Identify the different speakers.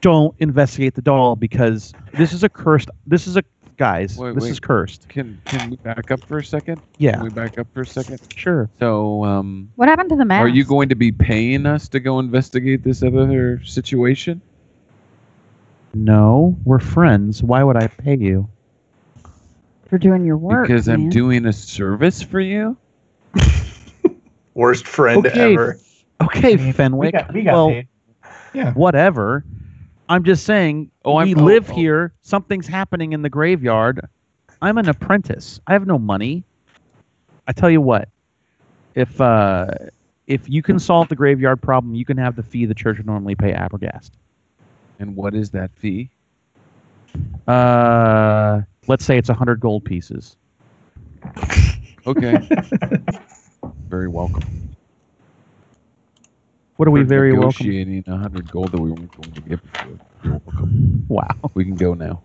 Speaker 1: don't investigate the doll because this is a cursed. This is a guys.
Speaker 2: Wait,
Speaker 1: this
Speaker 2: wait.
Speaker 1: is cursed.
Speaker 2: Can can we back up for a second? Can
Speaker 1: Yeah,
Speaker 2: we back up for a second?
Speaker 1: sure.
Speaker 2: So, um,
Speaker 3: What happened to the mask?
Speaker 2: are you going to be paying us to go investigate this other situation?
Speaker 1: No, we're friends. Why would I pay you?
Speaker 3: for doing your work?
Speaker 2: because I'm
Speaker 3: man.
Speaker 2: doing a service for you.
Speaker 4: Worst friend
Speaker 1: Okay.
Speaker 4: ever.
Speaker 1: Okay,
Speaker 5: We
Speaker 1: Fenwick.
Speaker 5: got, we got
Speaker 1: well,
Speaker 5: paid.
Speaker 1: whatever. I'm just saying
Speaker 2: Oh, I'm-
Speaker 1: we
Speaker 2: oh,
Speaker 1: live
Speaker 2: oh.
Speaker 1: here. Something's happening in the graveyard. I'm an apprentice. I have no money. I tell you what, if uh, if you can solve the graveyard problem, you can have the fee the church would normally pay Abergast.
Speaker 2: And what is that fee?
Speaker 1: Uh, let's say it's a hundred gold pieces.
Speaker 2: Okay. very welcome.
Speaker 1: What are we very welcome?
Speaker 2: negotiating a hundred gold that we weren't going to get before. You're welcome.
Speaker 1: Wow.
Speaker 2: We can go now.